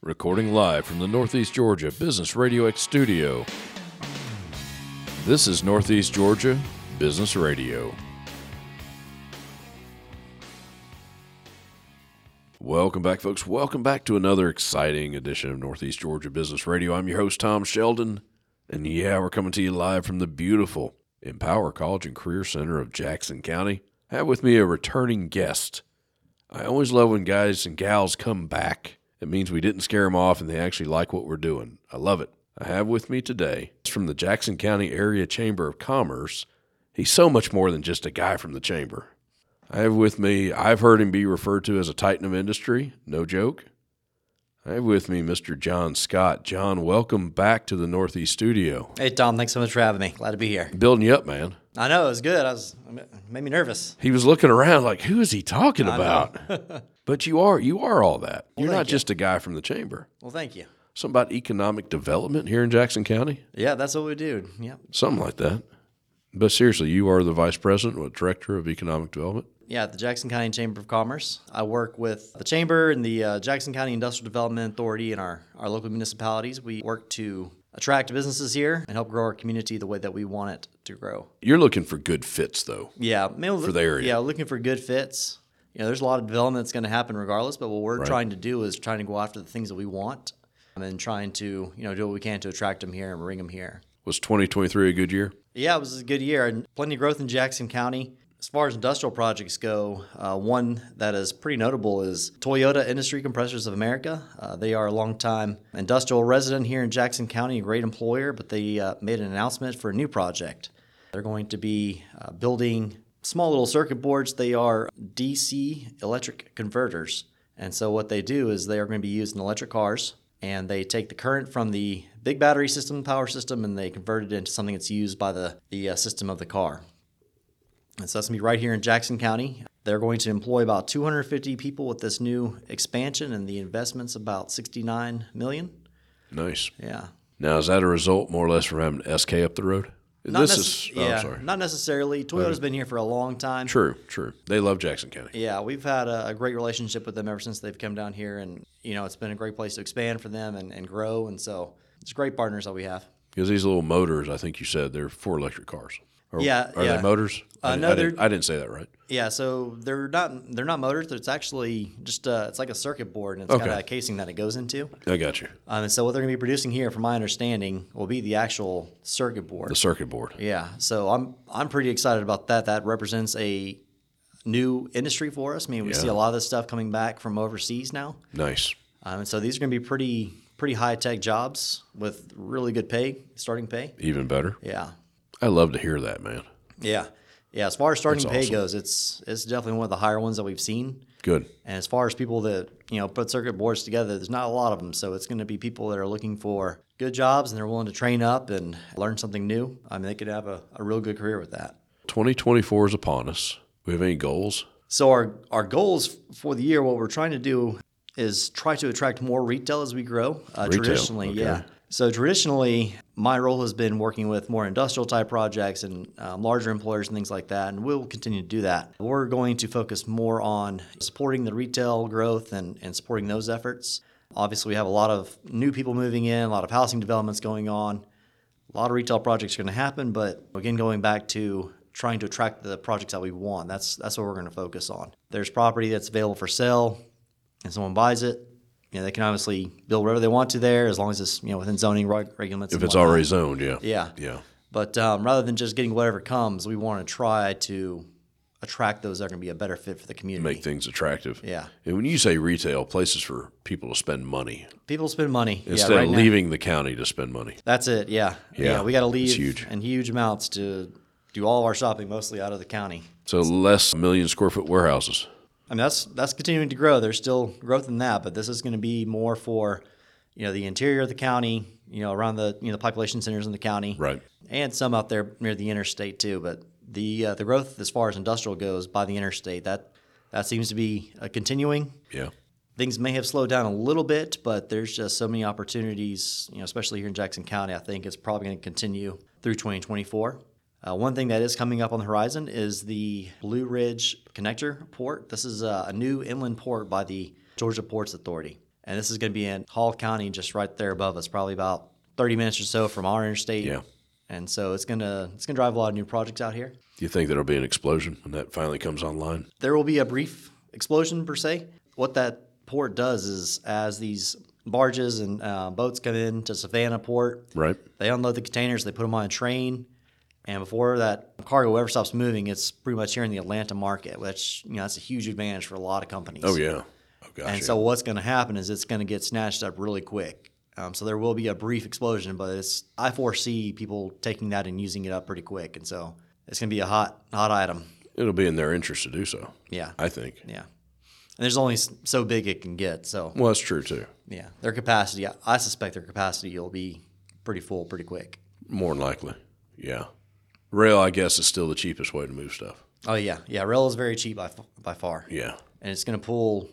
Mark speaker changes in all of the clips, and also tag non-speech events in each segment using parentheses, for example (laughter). Speaker 1: recording live from the Northeast Georgia Business Radio X studio. This is Northeast Georgia Business Radio. Welcome back, folks. Welcome back to another exciting edition of Northeast Georgia Business Radio. I'm your host, Tom Sheldon. And yeah, we're coming to you live from the beautiful Empower College and Career Center of Jackson County. I have with me a returning guest. I always love when guys and gals come back. It means we didn't scare them off and they actually like what we're doing. I love it. I have with me today from the Jackson County Area Chamber of Commerce. He's so much more than just a guy from the chamber. I have with me, I've heard him be referred to as a titan of industry, no joke. I have with me Mr. John Scott. John, welcome back to the Northeast Studio.
Speaker 2: Hey Tom, thanks so much for having me. Glad to be here.
Speaker 1: Building you up, man.
Speaker 2: I know it was good. I was it made me nervous.
Speaker 1: He was looking around like, who is he talking
Speaker 2: (laughs)
Speaker 1: about? but you are, you are all that. You're not
Speaker 2: thank you.
Speaker 1: just a guy from the chamber.
Speaker 2: Well, thank you.
Speaker 1: Something about economic development here in Jackson County,
Speaker 2: Yeah, that's what we do. Yeah,
Speaker 1: something like that. But seriously, you are the vice president, what director of economic development?
Speaker 2: yeah. At the Jackson County Chamber of Commerce, I work with the chamber and the uh, Jackson County Industrial Development Authority and our our local municipalities. We work to attract businesses here and help grow our community the way that we want it to grow.
Speaker 1: You're looking for good fits, though.
Speaker 2: Yeah, I mean,
Speaker 1: the area.
Speaker 2: Yeah, looking for good fits. You know, there's a lot of development that's going to happen regardless. But what we're trying to do is trying to go after the things that we want, and then trying to you know do what we can to attract them here and bring them here.
Speaker 1: Was 2023 a good year?
Speaker 2: Yeah, it was a good year and plenty of growth in Jackson County. As far as industrial projects go, uh, one that is pretty notable is Toyota Industry Compressors of America. Uh, they are a longtime industrial resident here in Jackson County, a great employer, but they uh, made an announcement for a new project. They're going to be uh, building small little circuit boards. They are DC electric converters. And so, what they do is they are going to be used in electric cars and they take the current from the big battery system, power system, and they convert it into something that's used by the, the uh, system of the car. And so that's going to be right here in Jackson County. They're going to employ about 250 people with this new expansion, and the investment's about 69 million.
Speaker 1: Nice.
Speaker 2: Yeah.
Speaker 1: Now, is that a result more or less from having an SK up the road? this
Speaker 2: nece-
Speaker 1: is, oh,
Speaker 2: yeah,
Speaker 1: I'm sorry.
Speaker 2: not necessarily. Toyota's been here for a long time.
Speaker 1: True, true. They love Jackson County.
Speaker 2: Yeah, we've had a, a great relationship with them ever since they've come down here, and you know it's been a great place to expand for them and, and grow. And so it's great partners that we have.
Speaker 1: Because these little motors, I think you said, they're for electric cars. Are,
Speaker 2: Yeah,
Speaker 1: Are
Speaker 2: yeah.
Speaker 1: they motors? I,
Speaker 2: Uh,
Speaker 1: di-
Speaker 2: no,
Speaker 1: I didn't,
Speaker 2: they're-
Speaker 1: I didn't say that right.
Speaker 2: Yeah, so they're not they're not motors. It's actually just uh it's like a circuit board, and it's
Speaker 1: Okay.
Speaker 2: got a casing that it goes into.
Speaker 1: I got you.
Speaker 2: Um, and so what they're going to be producing here, from my understanding, will be the actual circuit board.
Speaker 1: The circuit board.
Speaker 2: Yeah, so I'm I'm pretty excited about that. That represents a new industry for us. I mean, we see
Speaker 1: Yeah.
Speaker 2: a lot of this stuff coming back from overseas now,
Speaker 1: Nice.
Speaker 2: um, and so these are going to be pretty pretty high tech jobs with really good pay, starting pay.
Speaker 1: Even better.
Speaker 2: Yeah,
Speaker 1: I love to hear that, man.
Speaker 2: yeah, yeah. As far as starting
Speaker 1: That's
Speaker 2: pay
Speaker 1: awesome.
Speaker 2: goes, it's it's definitely one of the higher ones that we've seen.
Speaker 1: Good.
Speaker 2: And as far as people that you know put circuit boards together, there's not a lot of them. So it's going to be people that are looking for good jobs and they're willing to train up and learn something new. I mean, they could have a, a real good career with that.
Speaker 1: 2024 is upon us. We have any goals?
Speaker 2: So our our goals for the year, what we're trying to do is try to attract more retail as we grow. Uh,
Speaker 1: Retail,
Speaker 2: traditionally,
Speaker 1: okay.
Speaker 2: yeah. So traditionally, my role has been working with more industrial type projects and um, larger employers and things like that, and we'll continue to do that. We're going to focus more on supporting the retail growth and, and supporting those efforts. Obviously, we have a lot of new people moving in, a lot of housing developments going on. A lot of retail projects are going to happen, but again, going back to trying to attract the projects that we want, that's that's what we're going to focus on. There's property that's available for sale, and someone buys it. You know, they can obviously build whatever they want to there, as long as it's you know within zoning reg- regulations.
Speaker 1: If
Speaker 2: and
Speaker 1: it's
Speaker 2: whatnot.
Speaker 1: already zoned, yeah.
Speaker 2: yeah.
Speaker 1: Yeah.
Speaker 2: But um, rather than just getting whatever comes, we want to try to attract those that are going to be a better fit for the community.
Speaker 1: Make things attractive.
Speaker 2: Yeah.
Speaker 1: And when you say retail, places for people to spend money
Speaker 2: People spend money
Speaker 1: instead
Speaker 2: yeah, right
Speaker 1: of
Speaker 2: now.
Speaker 1: leaving the county to spend money.
Speaker 2: That's it. Yeah. Yeah. we got to leave
Speaker 1: huge.
Speaker 2: and huge amounts to do all of our shopping mostly out of the county.
Speaker 1: So less million square foot warehouses.
Speaker 2: I mean, that's that's continuing to grow. There's still growth in that, but this is going to be more for, you know, the interior of the county, you know, around the you know the population centers in the county,
Speaker 1: Right.
Speaker 2: and some out there near the interstate too. But the uh, the growth as far as industrial goes by the interstate that that seems to be uh, continuing.
Speaker 1: Yeah.
Speaker 2: Things may have slowed down a little bit, but there's just so many opportunities, you know, especially here in Jackson County. I think it's probably going to continue through 2024. Uh, one thing that is coming up on the horizon is the Blue uh, Ridge Connector Port. This is a, a new inland port by the Georgia Ports Authority. And this is going to be in Hall County, just right there above us, probably about 30 minutes or so from our interstate.
Speaker 1: Yeah.
Speaker 2: And so it's gonna it's gonna drive a lot of new projects out here.
Speaker 1: Do you think there'll be an explosion when that finally comes online?
Speaker 2: There will be a brief explosion per se. What that port does is, as these barges and uh, boats come in to Savannah Port,
Speaker 1: Right.
Speaker 2: they unload the containers, they put them on a train, and before that cargo ever stops moving, it's pretty much here in the Atlanta market, which you know that's a huge advantage for a lot of companies.
Speaker 1: Oh yeah. Oh gosh.
Speaker 2: And
Speaker 1: yeah.
Speaker 2: so what's going to happen is it's going to get snatched up really quick. Um, so there will be a brief explosion, but it's I foresee people taking that and using it up pretty quick, and so it's going to be a hot hot item.
Speaker 1: it'll be in their interest to do so.
Speaker 2: Yeah,
Speaker 1: I think.
Speaker 2: yeah. And there's only s- so big it can get. So
Speaker 1: Well, that's true too.
Speaker 2: yeah, their capacity. I- I suspect their capacity will be pretty full pretty quick.
Speaker 1: More than likely. Yeah. Rail, I guess, is still the cheapest way to move stuff.
Speaker 2: Oh yeah, yeah. Rail is very cheap by f- by far,
Speaker 1: Yeah.
Speaker 2: and it's going to pull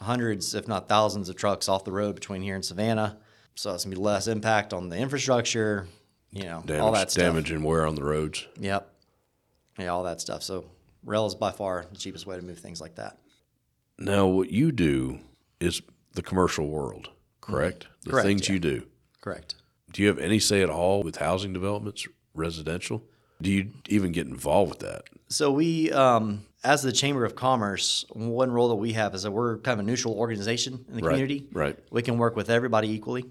Speaker 2: hundreds, if not thousands, of trucks off the road between here and Savannah. So it's going to be less impact on the infrastructure. You know,
Speaker 1: Damage,
Speaker 2: all that stuff.
Speaker 1: damage and wear on the roads.
Speaker 2: Yep. Yeah, all that stuff. So rail is by far the cheapest way to move things like that.
Speaker 1: Now, what you do is the commercial world, correct? The
Speaker 2: Mm-hmm. Correct,
Speaker 1: things you do.
Speaker 2: Correct.
Speaker 1: Do you have any say at all with housing developments, residential? Do you even get involved with that?
Speaker 2: So we, um, as the Chamber of Commerce, one role that we have is that we're kind of a neutral organization in the
Speaker 1: Right,
Speaker 2: community.
Speaker 1: right.
Speaker 2: We can work with everybody equally,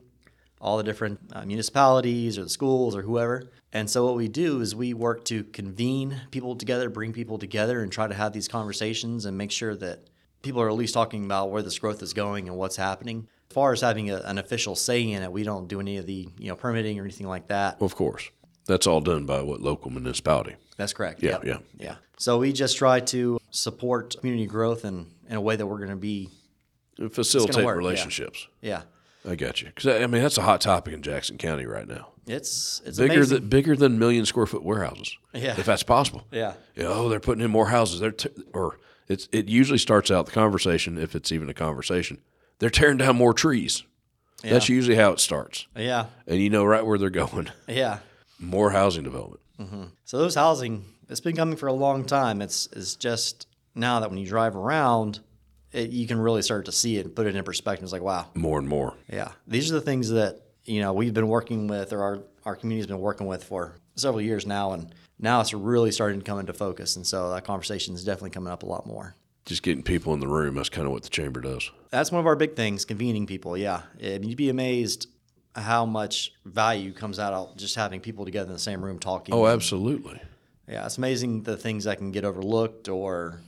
Speaker 2: all the different uh, municipalities or the schools or whoever. And so what we do is we work to convene people together, bring people together, and try to have these conversations and make sure that people are at least talking about where this growth is going and what's happening. As far as having a, an official say in it, we don't do any of the you know permitting or anything like that.
Speaker 1: Of course. That's all done by what local municipality.
Speaker 2: That's correct.
Speaker 1: Yeah,
Speaker 2: Yep.
Speaker 1: yeah.
Speaker 2: Yeah. So we just try to support community growth in, in a way that we're going to be,
Speaker 1: And Facilitate
Speaker 2: work, yeah.
Speaker 1: relationships.
Speaker 2: yeah.
Speaker 1: I got you. Because, I mean, that's a hot topic in Jackson County right now.
Speaker 2: It's it's
Speaker 1: Bigger,
Speaker 2: amazing.
Speaker 1: than bigger than million square foot warehouses,
Speaker 2: Yeah.
Speaker 1: if that's possible.
Speaker 2: yeah.
Speaker 1: Yeah, oh, they're putting in more houses. They're t- or it's it usually starts out the conversation if it's even a conversation. They're tearing down more trees. That's usually how it starts,
Speaker 2: Yeah.
Speaker 1: and you know right where they're going. (laughs)
Speaker 2: Yeah.
Speaker 1: More housing development.
Speaker 2: So those housing, it's been coming for a long time. It's it's just now that when you drive around, it, you can really start to see it and put it in perspective. It's like wow,
Speaker 1: More and more.
Speaker 2: yeah. These are the things that you know we've been working with, or our our community's been working with for several years now, and now it's really starting to come into focus. And so that conversation is definitely coming up a lot more.
Speaker 1: Just getting people in the room. That's kind of what the chamber does.
Speaker 2: That's one of our big things, convening people. Yeah. And you'd be amazed how much value comes out of just having people together in the same room talking.
Speaker 1: Oh, absolutely.
Speaker 2: Yeah. It's amazing the things that can get overlooked or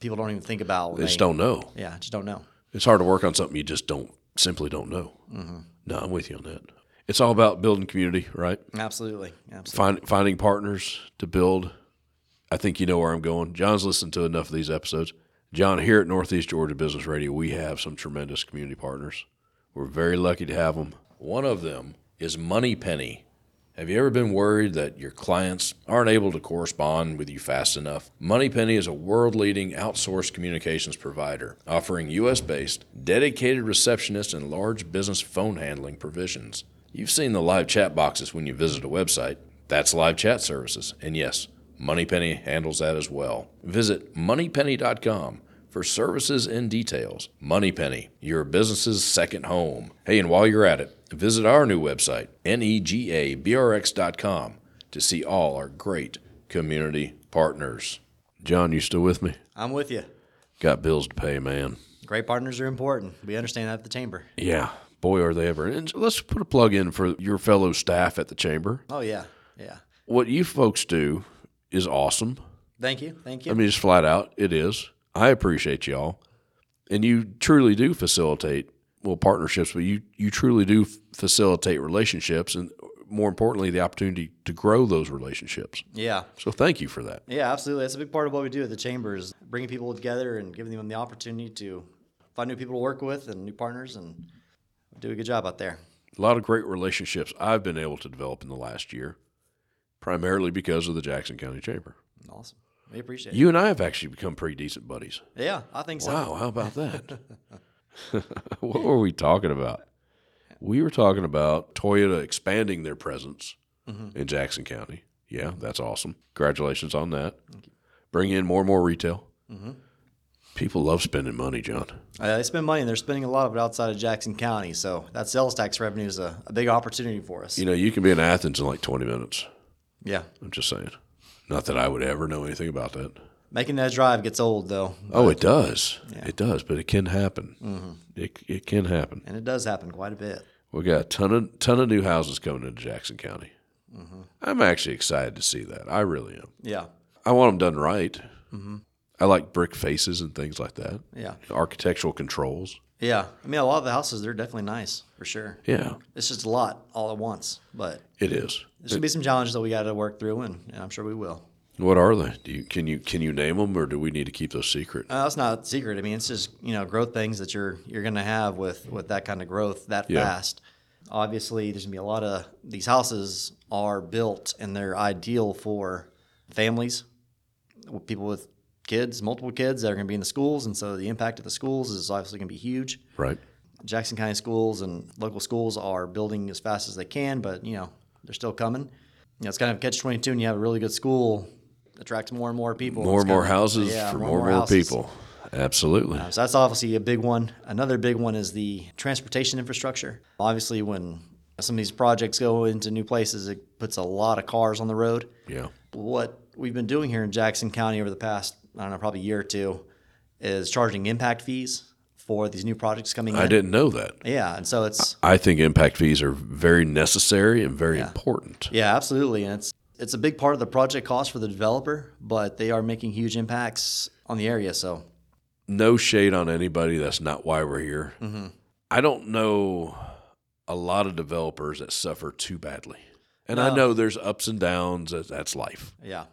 Speaker 2: people don't even think about. when
Speaker 1: They just
Speaker 2: they-
Speaker 1: don't know.
Speaker 2: Yeah. Just don't know.
Speaker 1: It's hard to work on something you just don't simply don't know. No, I'm with you on that. It's all about building community, right?
Speaker 2: Absolutely. Absolutely.
Speaker 1: Find, finding partners to build. I think you know where I'm going. John's listened to enough of these episodes. John, here at Northeast Georgia Business Radio, we have some tremendous community partners. We're very lucky to have them. One of them is Money Penny. Have you ever been worried that your clients aren't able to correspond with you fast enough? MoneyPenny is a world leading outsourced communications provider offering US based, dedicated receptionists and large business phone handling provisions. You've seen the live chat boxes when you visit a website. That's live chat services. And yes, MoneyPenny handles that as well. Visit moneypenny.com for services and details. MoneyPenny, your business's second home. Hey, and while you're at it, visit our new website, E negabrx.com, to see all our great community partners. John, you still with me?
Speaker 2: I'm with you.
Speaker 1: Got bills to pay, man.
Speaker 2: Great partners are important. We understand that at the chamber.
Speaker 1: Yeah, boy, are they ever. And let's put a plug in for your fellow staff at the chamber.
Speaker 2: Oh, yeah. Yeah.
Speaker 1: What you folks do is awesome.
Speaker 2: Thank you. Thank you.
Speaker 1: I mean, just flat out, it is. I appreciate y'all, and you truly do facilitate well partnerships, but you you truly do f- facilitate relationships, and more importantly, the opportunity to grow those relationships.
Speaker 2: yeah.
Speaker 1: So thank you for that.
Speaker 2: Yeah, absolutely. That's a big part of what we do at the chamber is bringing people together and giving them the opportunity to find new people to work with and new partners and do a good job out there.
Speaker 1: A lot of great relationships I've been able to develop in the last year, primarily because of the Jackson County Chamber.
Speaker 2: Awesome. We appreciate it.
Speaker 1: You and I have actually become pretty decent buddies.
Speaker 2: Yeah, I think so.
Speaker 1: Wow, how about that? (laughs) what were we talking about? We were talking about Toyota expanding their presence in Jackson County. Yeah, that's awesome. Congratulations on that. Bring in more and more retail. People love spending money, John.
Speaker 2: Uh, they spend money and they're spending a lot of it outside of Jackson County. So that sales tax revenue is a, a big opportunity for us.
Speaker 1: You know, you can be in Athens in like 20 minutes.
Speaker 2: Yeah.
Speaker 1: I'm just saying. Not that I would ever know anything about that.
Speaker 2: Making that drive gets old, though.
Speaker 1: Oh, it does. It does, but it can happen. It, it can happen.
Speaker 2: And it does happen quite a bit.
Speaker 1: We got a ton of ton of new houses coming into Jackson County.
Speaker 2: Mm-hmm.
Speaker 1: I'm actually excited to see that. I really am.
Speaker 2: Yeah.
Speaker 1: I want them done right. I like brick faces and things like that.
Speaker 2: Mm-hmm. Yeah.
Speaker 1: Architectural controls.
Speaker 2: Yeah. I mean, a lot of the houses, they're definitely nice for sure.
Speaker 1: Yeah,
Speaker 2: It's just a lot all at once, but
Speaker 1: it is.
Speaker 2: there's going to be some challenges that we got to work through, and, and I'm sure we will.
Speaker 1: What are they? Do you can you can you name them, or do we need to keep those secret?
Speaker 2: Uh, that's not a secret. I mean, it's just you know growth things that you're you're going to have with with that kind of growth that
Speaker 1: Yeah.
Speaker 2: fast. Obviously, there's going to be a lot of these houses are built and they're ideal for families, with people with kids, multiple kids that are going to be in the schools, and so the impact of the schools is obviously going to be huge.
Speaker 1: right.
Speaker 2: Jackson County schools and local schools are building as fast as they can, but you know they're still coming. You know, it's kind of a catch twenty two, and you have a really good school attracts more and more people.
Speaker 1: More
Speaker 2: It's
Speaker 1: and
Speaker 2: kind
Speaker 1: more
Speaker 2: of-
Speaker 1: houses
Speaker 2: yeah,
Speaker 1: for
Speaker 2: more
Speaker 1: more
Speaker 2: and
Speaker 1: and
Speaker 2: more
Speaker 1: more
Speaker 2: houses. Uh,
Speaker 1: people. Absolutely.
Speaker 2: So that's obviously a big one. Another big one is the transportation infrastructure. Obviously, when some of these projects go into new places, it puts a lot of cars on the road.
Speaker 1: Yeah.
Speaker 2: What we've been doing here in Jackson County over the past, I don't know, probably year or two, is charging impact fees for these new projects coming in.
Speaker 1: I didn't know that.
Speaker 2: Yeah, and so it's
Speaker 1: I think impact fees are very necessary and very important.
Speaker 2: yeah, absolutely, and it's it's a big part of the project cost for the developer, but they are making huge impacts on the area. So
Speaker 1: No shade on anybody. That's not why we're here. I don't know a lot of developers that suffer too badly. And I know there's ups and downs. that- That's life.
Speaker 2: yeah,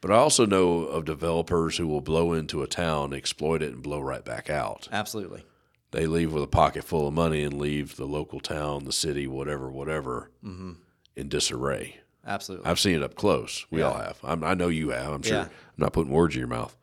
Speaker 1: But I also know of developers who will blow into a town, exploit it, and blow right back out.
Speaker 2: absolutely,
Speaker 1: They leave with a pocket full of money and leave the local town, the city, whatever, whatever, in disarray.
Speaker 2: absolutely.
Speaker 1: I've seen it up close. We all have. I'm, I know you have. I'm sure.
Speaker 2: Yeah.
Speaker 1: I'm not putting words in your mouth.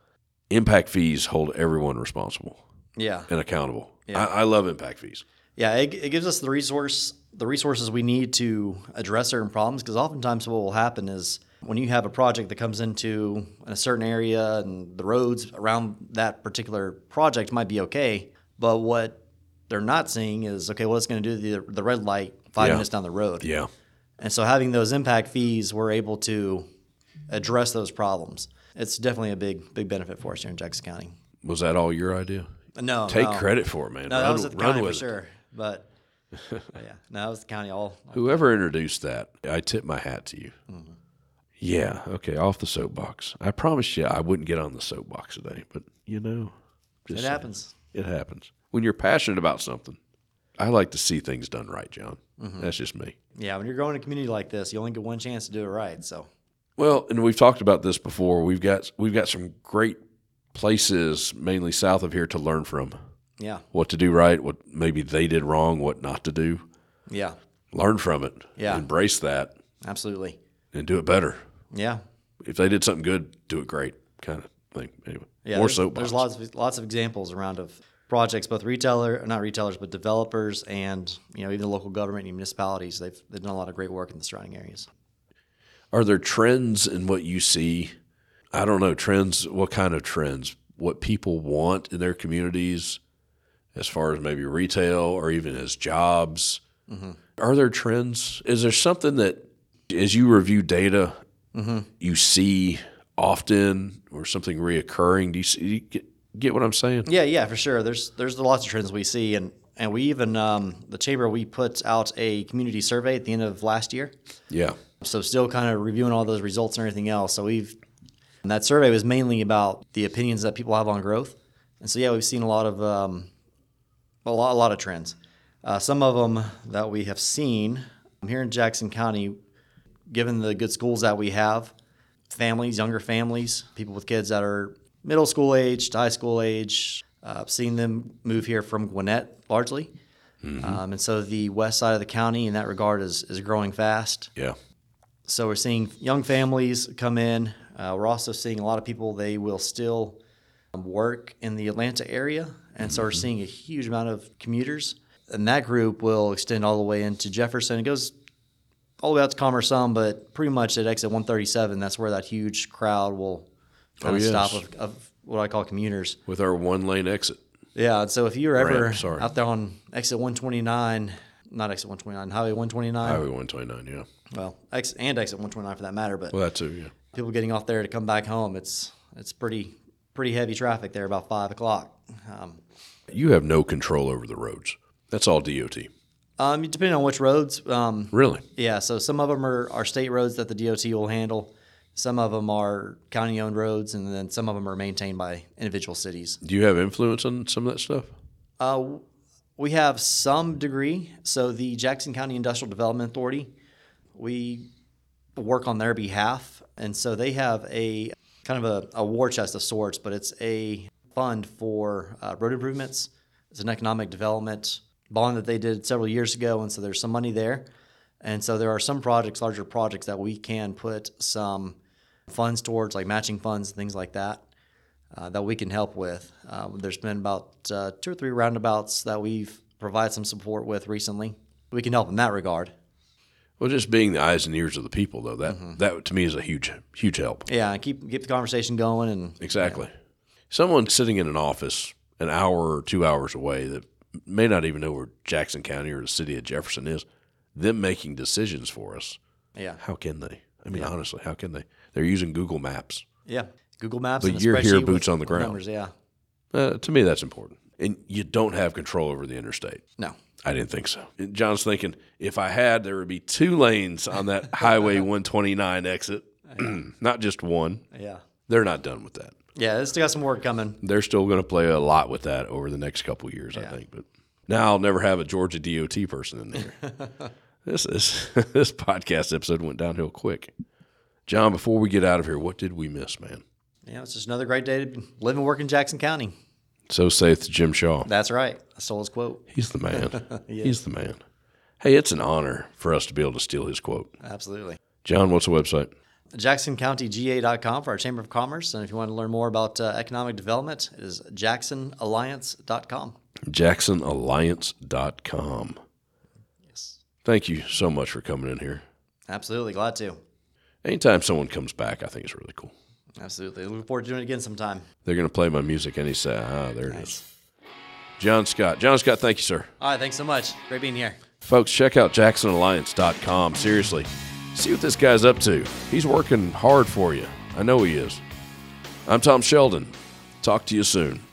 Speaker 1: Impact fees hold everyone responsible
Speaker 2: yeah,
Speaker 1: and accountable. I, I love impact fees.
Speaker 2: Yeah, it, it gives us the resource, the resources we need to address certain problems. Because oftentimes, what will happen is when you have a project that comes into a certain area and the roads around that particular project might be okay, but what they're not seeing is okay. Well, it's going to do the the red light five
Speaker 1: Yeah.
Speaker 2: minutes down the road,
Speaker 1: Yeah.
Speaker 2: and so having those impact fees, we're able to address those problems. It's definitely a big big benefit for us here in Jackson County.
Speaker 1: Was that all your idea?
Speaker 2: No,
Speaker 1: Take
Speaker 2: no.
Speaker 1: credit for it, man.
Speaker 2: No,
Speaker 1: run
Speaker 2: that was at the
Speaker 1: run
Speaker 2: county for
Speaker 1: with it.
Speaker 2: sure. But yeah, no, that was the county all.
Speaker 1: Whoever introduced that, I tip my hat to you.
Speaker 2: Mm-hmm.
Speaker 1: Yeah. Okay. Off the soapbox. I promised you I wouldn't get on the soapbox today, but you know, (laughs)
Speaker 2: It
Speaker 1: just saying.
Speaker 2: happens.
Speaker 1: It happens. When you're passionate about something, I like to see things done right, John.
Speaker 2: Mm-hmm.
Speaker 1: That's just me.
Speaker 2: Yeah, when you're growing a community like this, you only get one chance to do it right. So
Speaker 1: Well, and we've talked about this before. We've got we've got some great places, mainly south of here, to learn from
Speaker 2: yeah,
Speaker 1: what to do right, what maybe they did wrong, what not to do.
Speaker 2: yeah,
Speaker 1: Learn from it.
Speaker 2: Yeah.
Speaker 1: Embrace that
Speaker 2: absolutely.
Speaker 1: and do it better.
Speaker 2: Yeah,
Speaker 1: If they did something good, do it great, kind of thing. Anyway,
Speaker 2: yeah.
Speaker 1: more
Speaker 2: there's,
Speaker 1: soapbox.
Speaker 2: There's lots of lots of examples around of projects, both retailer, not retailers, but developers, and you know even the local government and municipalities. They've they've done a lot of great work in the surrounding areas.
Speaker 1: Are there trends in what you see? I don't know trends. What kind of trends? What people want in their communities, as far as maybe retail or even as jobs. Are there trends? Is there something that, as you review data, you see often or something reoccurring? Do you, see, you get, get what I'm saying?
Speaker 2: Yeah, yeah, for sure. There's there's lots of trends we see, and and we even um, the chamber we put out a community survey at the end of last year.
Speaker 1: Yeah.
Speaker 2: So still kind of reviewing all those results and everything else. So we've and that survey was mainly about the opinions that people have on growth. And so yeah, we've seen a lot of um, a lot a lot of trends. Uh, some of them that we have seen um, here in Jackson County, given the good schools that we have, families, younger families, people with kids that are middle school age to high school age, uh, seeing them move here from Gwinnett largely. Um, and so the west side of the county in that regard is, is growing fast.
Speaker 1: Yeah.
Speaker 2: So we're seeing young families come in. Uh, we're also seeing a lot of people, they will still um, work in the Atlanta area. And so we're
Speaker 1: Mm-hmm.
Speaker 2: seeing a huge amount of commuters. And that group will extend all the way into Jefferson. It goes all the way out to Commerce Sound, but pretty much at exit 137, that's where that huge crowd will kind
Speaker 1: Oh,
Speaker 2: of
Speaker 1: yes.
Speaker 2: stop of, of what I call commuters.
Speaker 1: with our one lane exit.
Speaker 2: Yeah, and so if you're ever
Speaker 1: Ramp, sorry.
Speaker 2: out there on exit 129, not exit 129, highway 129,
Speaker 1: Highway 129, yeah.
Speaker 2: well, ex- and exit 129 for that matter, but
Speaker 1: Well, that too, yeah.
Speaker 2: people getting off there to come back home, it's it's pretty pretty heavy traffic there about five o'clock. Um,
Speaker 1: You have no control over the roads. That's all DOT.
Speaker 2: um, depending on which roads, um,
Speaker 1: Really?
Speaker 2: Yeah, so some of them are, are state roads that the DOT will handle. Some of them are county owned roads, and then some of them are maintained by individual cities.
Speaker 1: Do you have influence on some of that stuff?
Speaker 2: Uh, we have some degree. So the Jackson County Industrial Development Authority, we work on their behalf. And so they have a kind of a, a war chest of sorts, but it's a fund for uh, road improvements. It's an economic development bond that they did several years ago. And so there's some money there. And so there are some projects, larger projects, that we can put some funds towards, like matching funds, things like that uh, that we can help with. Uh, there's been about uh, two or three roundabouts that we've provided some support with recently. We can help in that regard.
Speaker 1: Well, just being the eyes and ears of the people, though, that, that to me is a huge, huge help.
Speaker 2: Yeah, and keep keep the conversation going, and
Speaker 1: Exactly. Someone sitting in an office an hour or two hours away that may not even know where Jackson County or the city of Jefferson is, them making decisions for us,
Speaker 2: yeah,
Speaker 1: how can they? I mean, honestly, how can they? They're using Google Maps.
Speaker 2: yeah. Google Maps.
Speaker 1: But
Speaker 2: and a
Speaker 1: you're here,
Speaker 2: spreadsheet
Speaker 1: boots
Speaker 2: with
Speaker 1: on the ground.
Speaker 2: Numbers, yeah.
Speaker 1: Uh, to me, that's important. And you don't have control over the interstate.
Speaker 2: No.
Speaker 1: I didn't think so. And John's thinking if I had, there would be two lanes on that Highway 129 exit, (clears throat) not just one.
Speaker 2: Yeah.
Speaker 1: They're not done with that.
Speaker 2: Yeah. It's still got some work coming.
Speaker 1: They're still going to play a lot with that over the next couple of years, I think. But now I'll never have a Georgia DOT person in there. this is (laughs) this podcast episode went downhill quick. John, before we get out of here, what did we miss, man?
Speaker 2: Yeah, it's just another great day to live and work in Jackson County.
Speaker 1: So saith Jim Shaw.
Speaker 2: That's right. I stole his quote.
Speaker 1: He's the man. He's the man. Hey, it's an honor for us to be able to steal his quote.
Speaker 2: Absolutely.
Speaker 1: John, what's the website?
Speaker 2: JacksonCountyGA.com for our Chamber of Commerce, and if you want to learn more about uh, economic development, it is JacksonAlliance.com.
Speaker 1: JacksonAlliance.com.
Speaker 2: Yes.
Speaker 1: Thank you so much for coming in here.
Speaker 2: Absolutely. Glad to.
Speaker 1: Anytime someone comes back, I think it's really cool.
Speaker 2: Absolutely. Looking forward to doing it again sometime.
Speaker 1: They're going to play my music any set. Ah, there it is. John Scott. John Scott, thank you, sir.
Speaker 2: All right. Thanks so much. Great being here.
Speaker 1: Folks, check out JacksonAlliance.com. Seriously, see what this guy's up to. He's working hard for you. I know he is. I'm Tom Sheldon. Talk to you soon.